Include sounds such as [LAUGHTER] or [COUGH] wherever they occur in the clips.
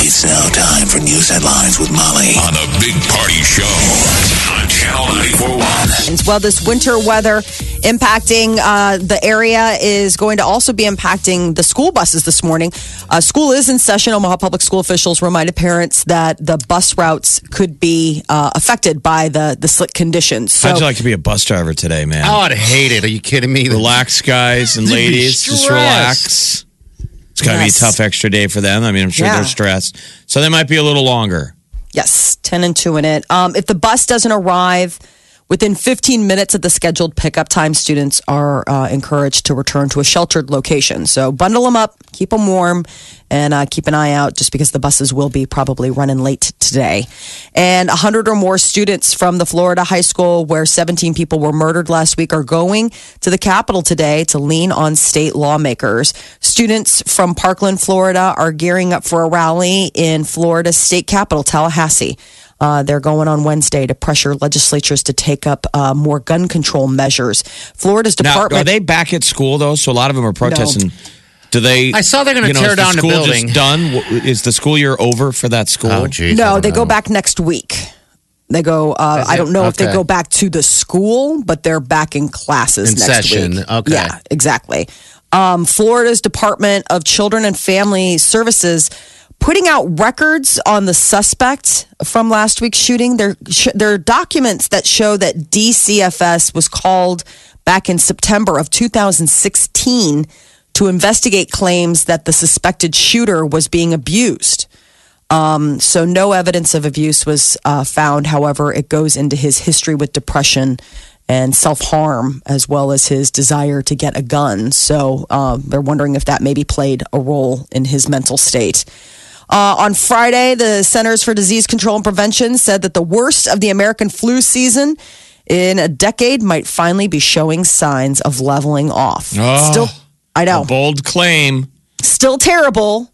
It's now time for news headlines with Molly on the Big Party Show on Channel 941. as well. This winter weather impacting uh, the area is going to also be impacting the school buses this morning. Uh, school is in session. Omaha Public School officials reminded parents that the bus routes could be uh, affected by the, the slick conditions. So, How'd you like to be a bus driver today, man? Oh, I'd hate it. Are you kidding me? Relax, guys and You'd be ladies. Just relax. It's got to Yes. be a tough extra day for them. I mean, I'm sure Yeah. they're stressed. So they might be a little longer. yes, 10 and 2 in it. Um, if the bus doesn't arrive, Within 15 minutes of the scheduled pickup time, students are uh, encouraged to return to a sheltered location. So bundle them up, keep them warm, and uh, keep an eye out just because the buses will be probably running late today. And 100 or more students from the Florida high school where 17 people were murdered last week are going to the Capitol today to lean on state lawmakers. Students from Parkland, Florida are gearing up for a rally in Florida's state capitol, Tallahassee. Uh, they're going on Wednesday to pressure legislatures to take up uh, more gun control measures. Florida's Now, department. are they back at school though? So a lot of them are protesting. Do they? I saw they're gonna you know, tear is the down the school building. Just done? W- Is the school year over for that school? Oh, geez. no, they go back next week. They go. Uh, I don't know if they Okay. go back to the school, but they're back in classes In next session. week. Okay. Yeah, exactly. Um, Florida's Department of Children and Family Services putting out records on the suspect from last week's shooting. There, sh- there are documents that show that DCFS was called back in September of 2016 to investigate claims that the suspected shooter was being abused. Um, So no evidence of abuse was uh, found. However, it goes into his history with depression and self harm, as well as his desire to get a gun. So uh, they're wondering if that maybe played a role in his mental state. Uh, on Friday, the Centers for Disease Control and Prevention said that the worst of the American flu season in a decade might finally be showing signs of leveling off. Oh. Still, I know A bold claim. still terrible.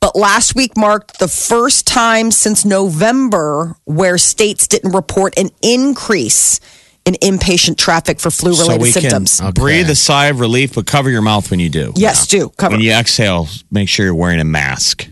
But last week marked the first time since November where states didn't report an increase in inpatient traffic for flu So related we symptoms. can uh, breathe a sigh of relief, but cover your mouth when you do. yes, do cover. When you exhale, make sure you're wearing a mask.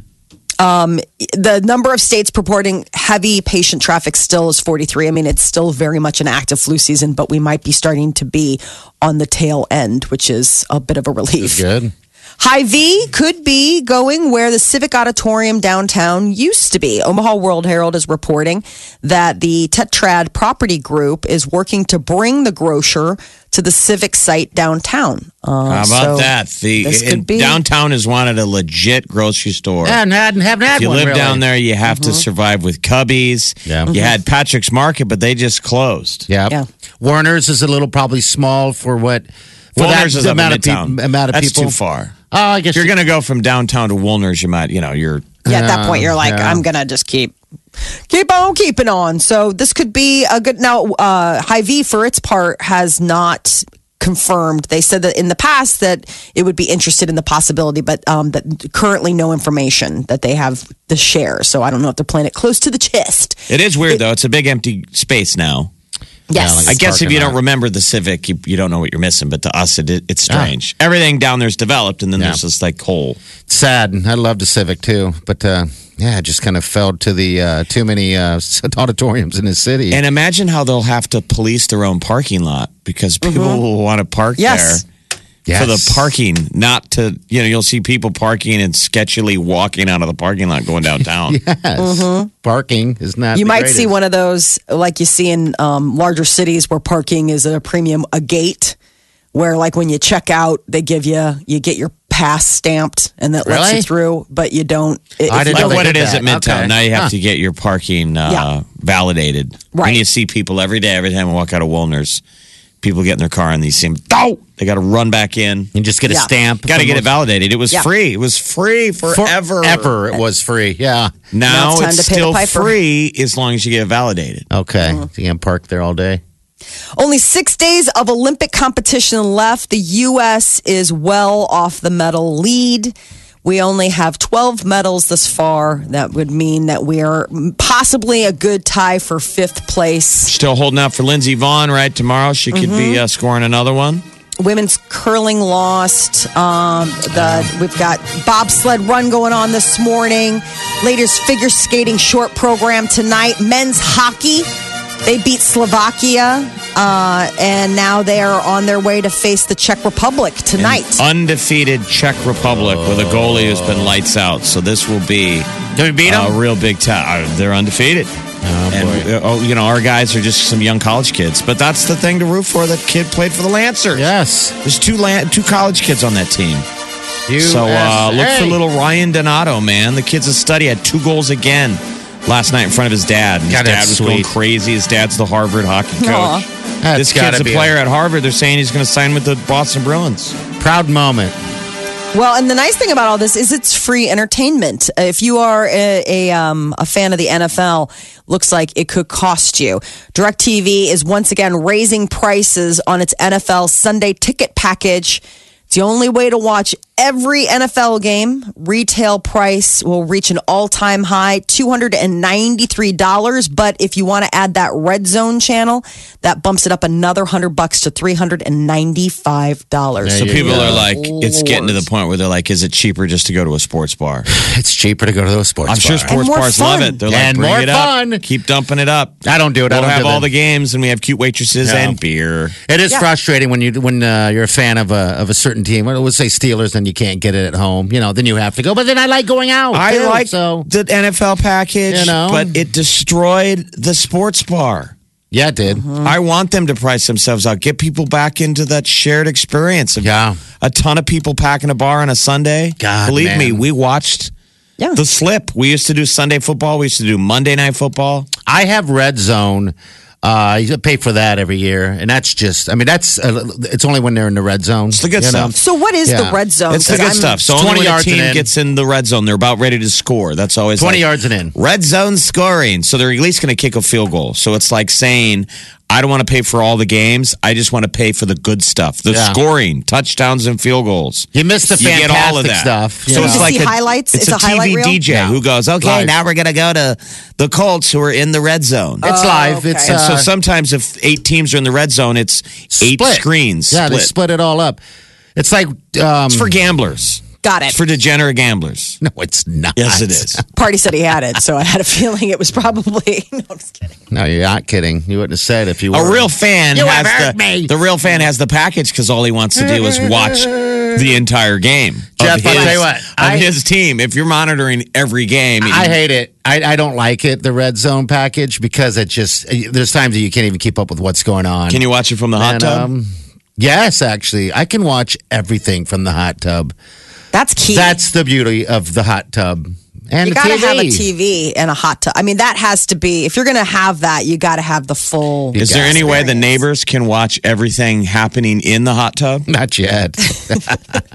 the number of states purporting heavy patient traffic still is 43. I mean, it's still very much an active flu season, but we might be starting to be on the tail end, which is a bit of a relief. Good. Hy-Vee could be going where the Civic Auditorium downtown used to be. Omaha World Herald is reporting that the Tetrad Property Group is working to bring the grocer to the Civic site downtown. Uh, How about that? The this could and be- downtown has wanted a legit grocery store. And hadn't haven't had If you one live really. Mm-hmm. down there, you have to survive with cubbies. Yeah. You had Patrick's Market, but they just closed. Yeah. Yeah. Warner's is a little probably small for what for Woolner's that is up amount in of, peop- Midtown. amount of That's people. too far. Oh, I guess If you're going to go from downtown to Woolner's, you might, you know, you're. yeah, at that point, you're like, Yeah. I'm gonna just keep keep on keeping on. So this could be a good. Now, uh, Hy-Vee for its part has not confirmed. They said that in the past that it would be interested in the possibility, but um, that currently no information that they have to share. So I don't know if they're playing it close to the chest. It is weird, though. It's a big empty space now. Yes, I guess if parking you don't lot. remember the Civic, you, you don't know what you're missing, but to us, it, it's strange. Everything down there's developed, and then Yeah. there's this like hole. sad. I loved the Civic too, but uh, yeah, I just kind of fell to the uh, too many uh, [LAUGHS] auditoriums in the city. And imagine how they'll have to police their own parking lot because people [LAUGHS] will want to park Mm-hmm. Yes. there. for the parking, not to you know you'll see people parking and sketchily walking out of the parking lot going [LAUGHS] downtown. [LAUGHS] Yes. Parking is not. Mm-hmm. you the might greatest. see one of those like you see in um, larger cities where parking is at a premium a gate where like when you check out they give you you get your pass stamped and that lets you Really? through but you don't if I you didn't Like know don't- what it did is at that. Midtown. Okay. Now you have Huh. to get your parking uh, Yeah. validated. Right. And you see people every day, every time I walk out of Woolner's, people get in their car and they see them. Oh, they got to run back in. You just get a Yeah. stamp. Got to get it validated. It was Yeah. free. It was free forever. Ever it was free. Yeah. Now, Now it's time it's, to pay the still piper. free as long as you get it validated. Okay. You can park there all day. Only six days of Olympic competition left. The U.S. is well off the medal lead. We only have 12 medals this far. That would mean that we are mm, possibly a good tie for fifth place. Still holding out for Lindsey Vaughn, right? Tomorrow she could be uh, scoring another one. Women's curling lost. Um, the, we've got bobsled run going on this morning. Ladies figure skating short program tonight. Men's hockey. They beat Slovakia. Uh, and now they are on their way to face the Czech Republic tonight. Undefeated Czech Republic with a goalie who's been lights out. So this will be Did we beat a real big tie. They're undefeated. and uh, oh, you know our guys are just some young college kids, but that's the thing to root for. That kid played for the Lancers. yes. There's two lan- two college kids on that team. So uh, USA. look for little Ryan Donato, man. The kid's a study. Had two goals again last night in front of his dad. And his God, dad that's was going sweet. crazy. His dad's the Harvard hockey coach. That's this gotta kid's a be player at Harvard. They're saying he's going to sign with the Boston Bruins. Proud moment. Well, and the nice thing about all this is it's free entertainment. Uh, If you are a, a, um, a fan of the NFL, looks like it could cost you. DirecTV is once again raising prices on its NFL Sunday ticket package. It's the only way to watch every NFL game. Retail price will reach an all time high, $293. But if you want to add that red zone channel, that bumps it up another 100 bucks to $395. So Yeah, people yeah. are like, it's getting to the point where they're like, is it cheaper just to go to a sports bar? It's cheaper to go to those sports I'm sure bar. sports more bars love fun. it. They're like, And bring more it up. fun. Keep dumping it up. I don't do it. I We'll don't have do all that. the games, and we have cute waitresses No. and beer. It is Yeah. frustrating when you when uh, you're a fan of a of a certain team. I would say Steelers, then you can't get it at home. You know, then you have to go. But then I like going out. I too, like so. the NFL package, You know? but it destroyed the sports bar. Yeah, it did. I want them to price themselves out, get people back into that shared experience. Of Yeah. a ton of people packing a bar on a Sunday. God, believe man. me, we watched Yeah. the slip. We used to do Sunday football. We used to do Monday night football. I have Red Zone. Uh, you pay for that every year, and that's just. I mean, that's. Uh, it's only when they're in the red zone. It's the good you know? stuff. So what is Yeah. the red zone? It's the 'Cause good I'm- stuff. So It's only 20 when a yards and team in. gets in the red zone, they're about ready to score. That's always Twenty like- yards and in. Red zone scoring. So they're at least going to kick a field goal. So it's like saying, I don't want to pay for all the games. I just want to pay for the good stuff the Yeah. scoring, touchdowns, and field goals. You miss the You fantastic get all of that stuff. you So know? it's You like see highlights? It's, It's a, a highlight TV reel? DJ who goes, okay, Live. now we're going to go to the Colts who are in the red zone. It's live. okay. It's and uh, so sometimes if eight teams are in the red zone, it's eight split. screens. Yeah, split. they split it all up. It's like um, It's for gamblers. Got it. It's for degenerate gamblers. [LAUGHS] no, it's not. Yes, it is. Party said he had it, so I had a [LAUGHS] feeling it was probably. [LAUGHS] No, I'm just kidding. [LAUGHS] No, you're not kidding. You wouldn't have said if you were A real fan You have has hurt the, me. the real fan has the package because all he wants to do is watch the entire game. of Jeff, I'll his- tell you what, of I- his team. If you're monitoring every game, I you- hate it. I, I don't like it, the red zone package, because it just uh, there's times that you can't even keep up with what's going on. can you watch it from the hot And, tub? um, yes, actually, I can watch everything from the hot tub. That's key. That's the beauty of the hot tub and you the got to TV. have a TV and a hot tub. I mean, that has to be if you're going to have that, you got to have the full. Is there gas any way the neighbors can watch everything happening in the hot [LAUGHS] tub? Not yet.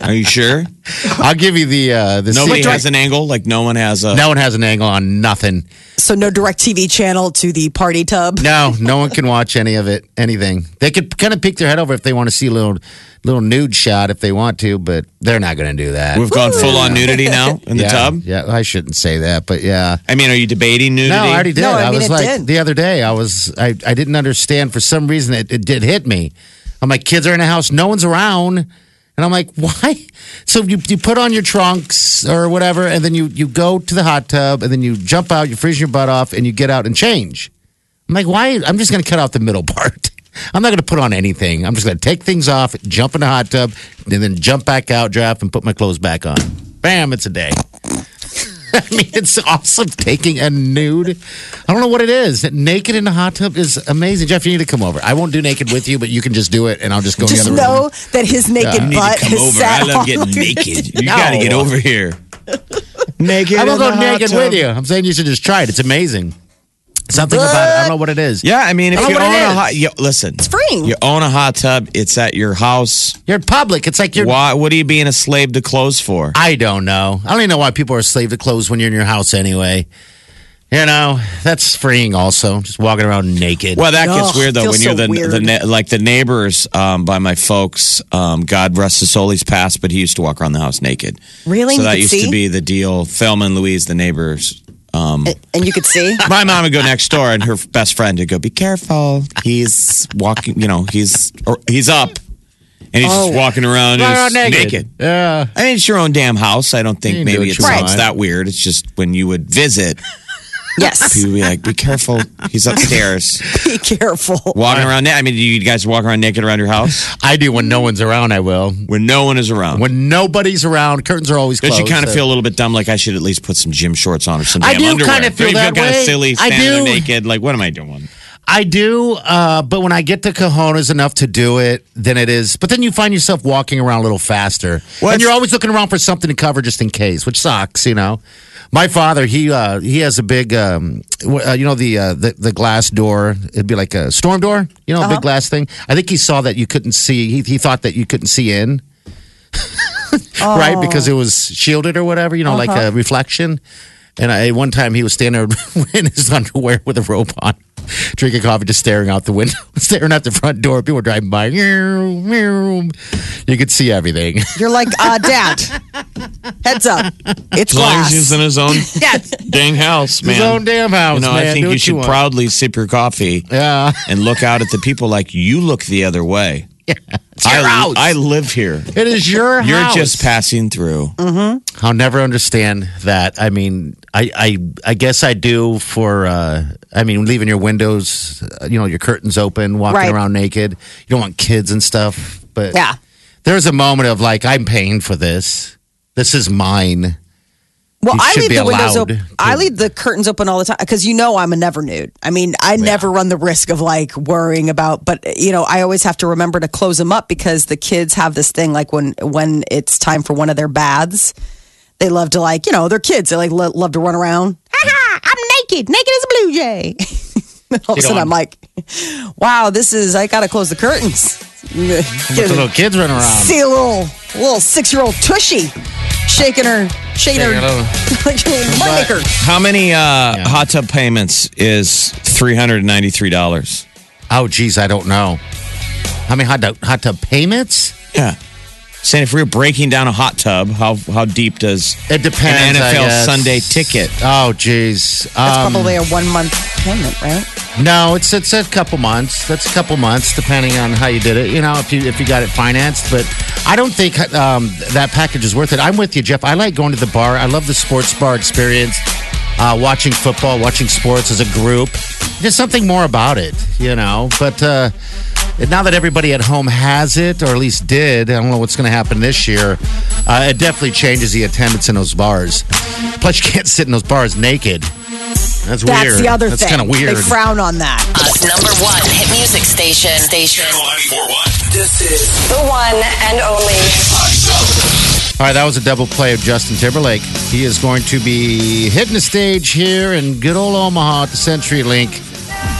Are you sure? [LAUGHS] I'll give you the uh, the. Nobody secret. has an angle. Like no one has a. No one has an angle on nothing. So no direct TV channel to the party tub. No, no one can watch any of it, anything. They could kind of peek their head over if they want to see a little, little nude shot if they want to, but they're not going to do that. We've gone [LAUGHS] full on nudity now in the yeah, tub. Yeah, I shouldn't say that, but yeah. I mean, are you debating nudity? No, I already did. No, I I, mean, was it like did. the other day. I was I, I didn't understand for some reason it, it did hit me. I'm like, kids are in the house, no one's around, and I'm like, [LAUGHS] why? So you you put on your trunks or whatever, and then you you go to the hot tub, and then you jump out, you freeze your butt off, and you get out and change. I'm like, why? I'm just going to cut off the middle [LAUGHS] part. I'm not going to put on anything. I'm just going to take things off, jump in the hot tub, and then jump back out, dry off, and put my clothes back on. Bam! It's a day. [LAUGHS] I mean, it's awesome taking a nude. I don't know what it is. Naked in a hot tub is amazing. Jeff, you need to come over. I won't do naked with you, but you can just do it, and I'll just go Just in the other room. know that his naked You need butt to come is over. set I all [LAUGHS] love getting over your- naked. You No. got to get over here. Naked. I won't in go the [LAUGHS] hot naked tub. with you. I'm saying you should just try it. It's amazing. Something about it. I don't know what it is. Yeah, I mean, if I don't you own know what it a is. hot, you, listen, it's free. You own a hot tub. It's at your house. You're in public. It's like you're. Why? What are you being a slave to clothes for? I don't know. I don't even know why people are slave to clothes when you're in your house anyway. You know, that's freeing also. Just walking around naked. Well, that Ugh, gets weird though feels when you're so the, the weird. ne- like the neighbors um, by my folks. Um, God rest his soul, he's passed, but he used to walk around the house naked. Really? So You that could used see? to be the deal. Thelma and Louise, the neighbors. [LAUGHS] and you could see. My mom would go next door, and her best friend would go, "Be careful, he's walking. You know, he's or he's up, and he's just walking around, Walking and Oh. around he's naked. naked. yeah. I mean, it's your own damn house. I don't think You can do maybe what it you sounds want. that weird. It's just when you would visit, [LAUGHS] Yes. you'd be like, "Be careful, he's upstairs Be careful. walking around." Na- I mean, do you guys walk around naked around your house I do when no one's around, I will. when no one is around? When nobody's around, curtains are always Don't closed. you kind of so- feel a little bit dumb? Like I should at least put some gym shorts on or some I damn do underwear. kinda feel Don't you that feel kind way. of silly I standing there do. naked? Like, what am I doing? I do, uh, but when I get the cojones enough to do it, then it is. But then you find yourself walking around a little faster, Well, and it's- you're always looking around for something to cover just in case, which sucks, you know. My father, he uh, he has a big, um, w- uh, you know, the, uh, the the glass door. It'd be like a storm door, you know, a Uh-huh. big glass thing. I think he saw that you couldn't see. He, he thought that you couldn't see in, Oh. right, because it was shielded or whatever, you know, like Uh-huh. a reflection. And I, one time he was standing there [LAUGHS] in his underwear with a robe on, drinking coffee, just staring out the window, [LAUGHS] staring out the front door. People were driving by. Meow, meow. You could see everything. [LAUGHS] You're like, uh, Dad. Heads up. It's As long as he's glass. in his own [LAUGHS] dang house, man. His own damn house, You know, man. I think Do you what should want. proudly sip your coffee Yeah. and look out at the people like you look the other way. It's your I, house. I live here. it is your You're house. Mm. just passing through. I'll never understand that. I mean, I, I, I guess I do for. Uh, I mean, leaving your windows, uh, you know, your curtains open, walking Right. around naked. You don't want kids and stuff, but Yeah. there's a moment of like, I'm paying for this. This is mine. Well, You I should leave be the windows allowed open. to- I leave the curtains open all the time because you know I'm a never nude. I mean, I never run the risk of like worrying about, but you know, I always have to remember to close them up because the kids have this thing like when when it's time for one of their baths, they love to like you know they're kids. They like lo- love to run around. Ha ha! I'm naked, naked as a blue jay. [LAUGHS] all of a sudden, I'm like, wow, this is. I gotta close the curtains. The little kids running around. [LAUGHS] See a little little six year old tushy shaking her shaking her Taking a little- [LAUGHS] like a little moneymaker. How many uh, hot tub payments is three hundred and ninety three dollars? Oh, geez, I don't know. How many hot tub, hot tub payments? Yeah. Saying if we were breaking down a hot tub, how how deep does It depends. an I NFL guess. Sunday ticket? Oh, geez. That's Um, probably a one month payment, right? No, it's it's a couple months. That's a couple months, depending on how you did it. You know, if you if you got it financed, but I don't think um, that package is worth it. I'm with you, Jeff. I like going to the bar. I love the sports bar experience. Uh, watching football, watching sports as a group. There's something more about it, you know. But uh, now that everybody at home has it, or at least did, I don't know what's going to happen this year. Uh, it definitely changes the attendance in those bars. Plus, you can't sit in those bars naked. That's, That's weird. the other That's thing. kind of weird. They frown on that. Oz Uh, number one hit music station. Station. This is The one and only. All right, that was a double play of Justin Timberlake. He is going to be hitting the stage here in good old Omaha at the CenturyLink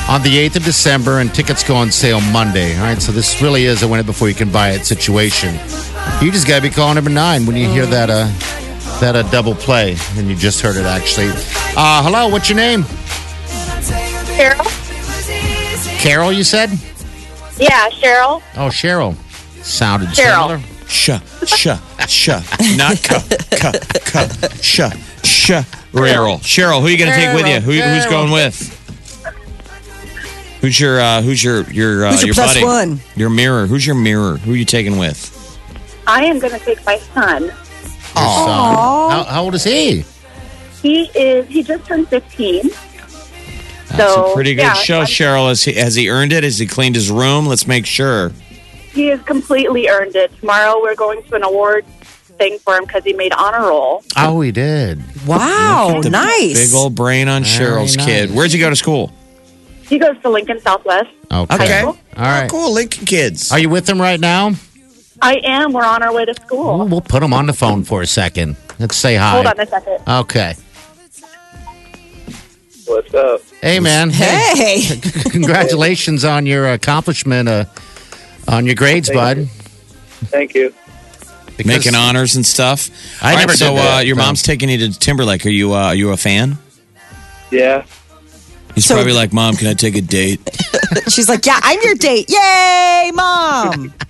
on the 8th of December, and tickets go on sale Monday. All right, so this really is a win it before you can buy it situation. You just got to be calling number nine when you hear that uh, that uh, double play, and you just heard it actually. Uh, hello, what's your name? Cheryl? Carol, you said? Yeah, Cheryl. Oh, Cheryl. Sounded Cheryl. similar. Sh sh sh not cu cu cu sh sh Cheryl. Cheryl, who are you going to take with you? Who, who's Cheryl. going with? Who's your uh, who's your your uh, Who's your plus buddy? one? Your mirror. Who's your mirror? Who are you taking with? I am going to take my son. Your son. How, how old is he? He is, he just turned 15. That's so, a pretty good Oh, yeah, show, I'm- Cheryl. Has he, has he earned it? Has he cleaned his room? Let's make sure. He has completely earned it. Tomorrow we're going to an award thing for him because he made honor roll. Oh, he did. Wow, The nice. Big old brain on Cheryl's nice. kid. Where'd you go to school? He goes to Lincoln Southwest. Okay. Okay. All right. Oh, Cool, Lincoln kids. Are you with him right now? I am. We're on our way to school. Well, we'll put him on the phone for a second. Let's say hi. Hold on a second. Okay. What's up? Hey, man. Hey. [LAUGHS] Congratulations on your accomplishment uh, on your grades, bud. Thank you. Because- Making honors and stuff. I All right, never so did that. Uh, your No. mom's taking you to Timberlake. Are you uh, are you a fan? Yeah. He's So- probably like, Mom, can I take a date? She's like, yeah, I'm your date. Yay, [LAUGHS] mom. [LAUGHS]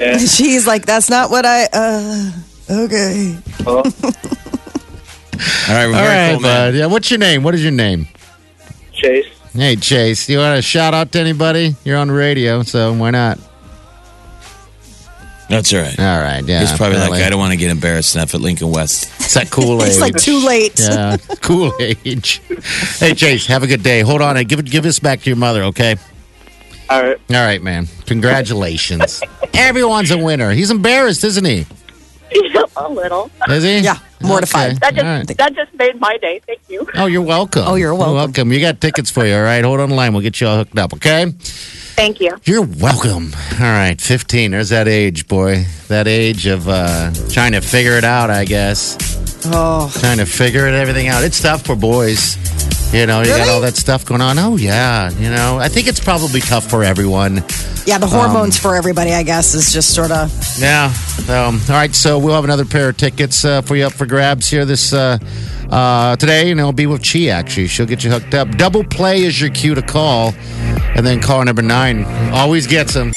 Yeah. She's like, that's not what I. Uh, okay. [LAUGHS] Well, All right, we're All very right, cool, man. bud. Yeah, what's your name? What is your name? Chase. Hey, Chase. You want to shout out to anybody? You're on the radio, so why not? That's all right. All right. Yeah. He's probably like, apparently. I don't want to get embarrassed enough at Lincoln West. It's that cool age. It's like too late. Yeah, cool age. [LAUGHS] Hey, Chase, have a good day. Hold on, and give give this back to your mother, okay? All right. All right, man. [LAUGHS] Congratulations. Everyone's a winner. He's embarrassed, isn't he? [LAUGHS] a little. Is he? Yeah, mortified. Okay, That just all right. that just made my day. Thank you. Oh, you're welcome. Oh, you're welcome. You got tickets for you. All right, hold on the line. We'll get you all hooked up. Okay. Thank you. You're welcome. All right, 15. There's that age, boy. That age of uh, trying to figure it out, I guess. Oh, trying to figure it everything out. It's tough for boys. You know, you got Really? all that stuff going on. Oh yeah, you know. I think it's probably tough for everyone. yeah. The hormones Um, for everybody, I guess, is just sort of. Yeah. Um, all right, so we'll have another pair of tickets uh, for you up for grabs here this uh, uh, today, and it'll be with Chi. Actually, she'll get you hooked up. Double play is your cue to call, and then caller number nine always gets them.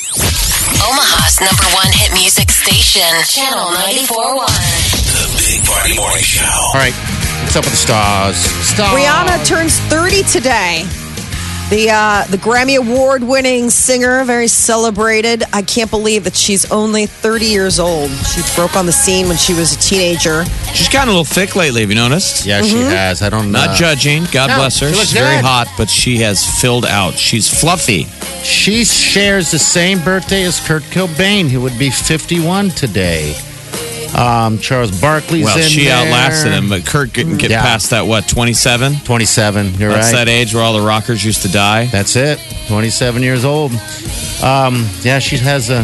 Omaha's number one hit music station, Channel 94.1. The Big Party Morning Show. All right, what's up with the stars? Stars. Rihanna turns 30 today. The uh, the Grammy Award winning singer, very celebrated. I can't believe that she's only 30 years old. She broke on the scene when she was a teenager. She's gotten a little thick lately. Have you noticed? Yeah, she has. I don't know. Not judging. God No, bless her. she looks She's very good. hot, but she has filled out. She's fluffy. She shares the same birthday as Kurt Cobain, who would be 51 today. Um, Charles Barkley's Well, in she there. outlasted him, but Kurt couldn't get Yeah. past that, what, 27? 27. You're That's right. that age where all the rockers used to die. That's it. 27 years old. Um, yeah, she has a.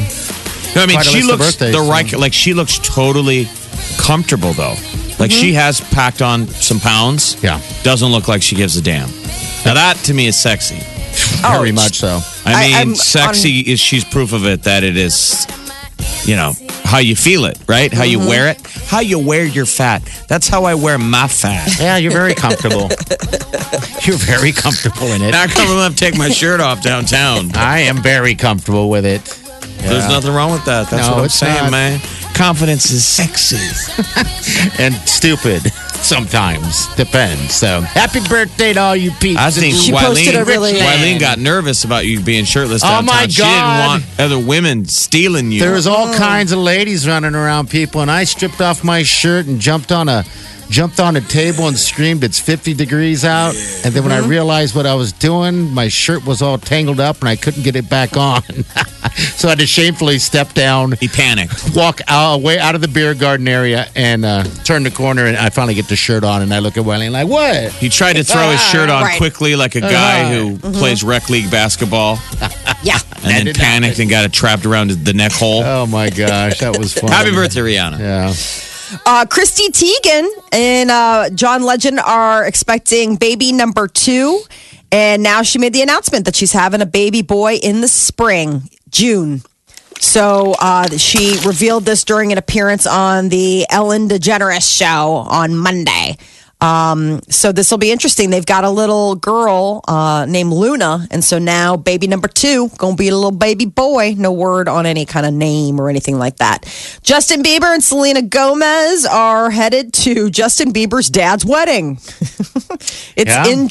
No, I mean, Quite a list she of looks birthdays, the so- right, like she looks totally comfortable though. Like she has packed on some pounds. Mm-hmm. Yeah. doesn't look like she gives a damn. Now that to me is sexy. Very much so. I- I mean, I'm sexy is she's proof of it that it is, you know, how you feel it, right? How Mm-hmm. you wear it, how you wear your fat. That's how I wear [LAUGHS] my fat. Yeah, you're very [LAUGHS] comfortable. you're very comfortable in it. Not coming up, take my shirt off downtown. I am very comfortable with it. There's Yeah. nothing wrong with that. That's No, what I'm it's saying, not. man. Confidence is sexy. And stupid sometimes. Depends. So happy birthday to all you people. I think She posted a Wileen, really- uh, Wileen got nervous about you being shirtless Oh, downtown. my She didn't God. want other women stealing you. There was all kinds of ladies running around people, and I stripped off my shirt and jumped on a jumped on a table and screamed, "It's 50 degrees out!" And then when I realized what I was doing, my shirt was all tangled up, and I couldn't get it back on. [LAUGHS] so I had to shamefully step down, he panicked. walk out, away out of the beer garden area, and uh, turn the corner, and I finally get the shirt on, and I look at Wiley and like, "What?" He tried to [LAUGHS] throw his shirt on Right. Uh-huh. Mm-hmm. quickly, like a guy who plays rec league basketball, Yeah. and then did panicked and got it trapped around the neck hole. Oh my gosh, that was fun. [LAUGHS] Happy birthday, Rihanna! Yeah. Uh, Christy Teigen and uh, John Legend are expecting baby number two. And now she made the announcement that she's having a baby boy in the spring, June. So uh, she revealed this during an appearance on the Ellen DeGeneres show on Monday. Um, so this will be interesting. They've got a little girl uh, named Luna, and so now baby number two gonna be a little baby boy. No word on any kind of name or anything like that. Justin Bieber and Selena Gomez are headed to Justin Bieber's dad's wedding. [LAUGHS] it's Yeah. in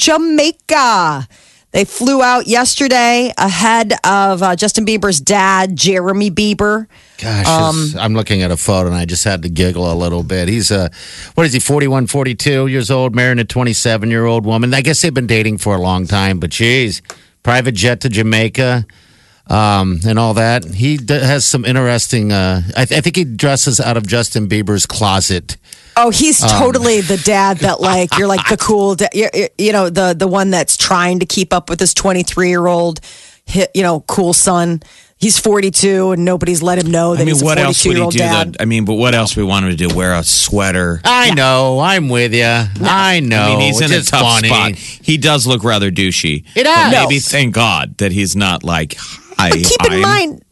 Jamaica. They flew out yesterday ahead of uh, Justin Bieber's dad, Jeremy Bieber. Gosh, Um, it's- I'm looking at a photo and I just had to giggle a little bit. He's uh, what is he, 41, 42 years old, marrying a 27 year old woman. I guess they've been dating for a long time, but geez, private jet to Jamaica um, and all that. He d- has some interesting, uh, I, th- I think he dresses out of Justin Bieber's closet. Oh, he's Um, totally the dad that like you're like the cool dad, you, you- you know the the one that's trying to keep up with his 23 year old, you know, cool son. he's 42 and nobody's let him know that I mean, he's what a else 42 year would he old do? dad. Oh, That, I mean, but what else we want him to do? Wear a sweater. I know. I'm with you. I know. I mean, he's it's in a just tough funny. spot. He does look rather douchey. It But does. maybe thank God that he's not like. Hi, But keep in I'm- mind,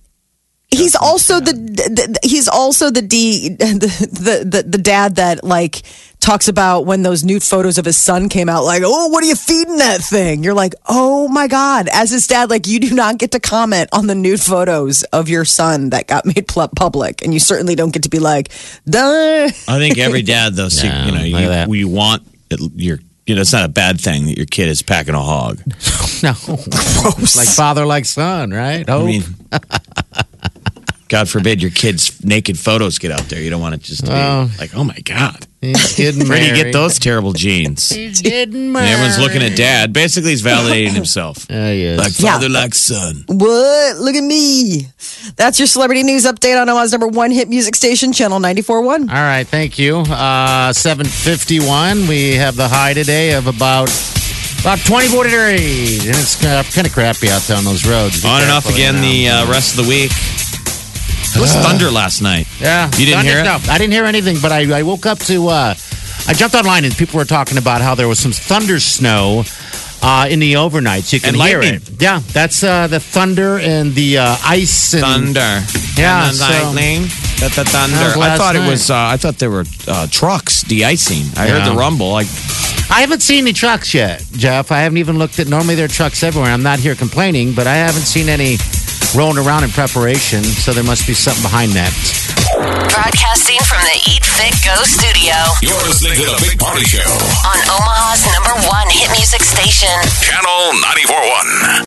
he's also the, the, the- he's also the d [LAUGHS] the, the the dad that like talks about when those nude photos of his son came out. Like, oh, what are you feeding that thing? You're like, oh my god. As his dad, like you do not get to comment on the nude photos of your son that got made pl- public, and you certainly don't get to be like, duh. I think every dad [LAUGHS] though, see, No, you know, look at that. you, you want it, your. You know, it's not a bad thing that your kid is packing a hog. [LAUGHS] No. Like father, like son, right? Oh, I mean, God forbid your kids' naked photos get out there. You don't want it just to Well. be like, oh my God. he's [LAUGHS] getting Where do you married. get those terrible genes? And He's getting married. everyone's looking at dad. Basically, he's validating himself. Yeah, he is. [LAUGHS] Like father, like son. What? Look at me. That's your celebrity news update on Omaha's number one hit music station, Channel 94.1. All right, thank you. Uh, 751, we have the high today of about about 24 degrees. And it's kind of crappy out there on those roads. Be On and off careful again right the now. uh, rest of the week. It was thunder last night. Yeah. You didn't hear it? No, I didn't hear anything, but I, I woke up to, uh, I jumped online and people were talking about how there was some thunder snow uh, in the overnight. So you can And hear lightning. it. Yeah, that's uh, the thunder and the uh, ice. And, Thunder. Yeah, And the so- lightning. Da- That da- was thunder. I last thought it night. was, uh, I thought there were uh, trucks de-icing. I Yeah. heard the rumble. Like, I haven't seen any trucks yet, Jeff. I haven't even looked at. Normally there are trucks everywhere. I'm not here complaining, but I haven't seen any rolling around in preparation. So there must be something behind that. Broadcasting from the Eat Fit Go studio You're listening to the Big Party Show, on Omaha's number one hit music station. Channel 941.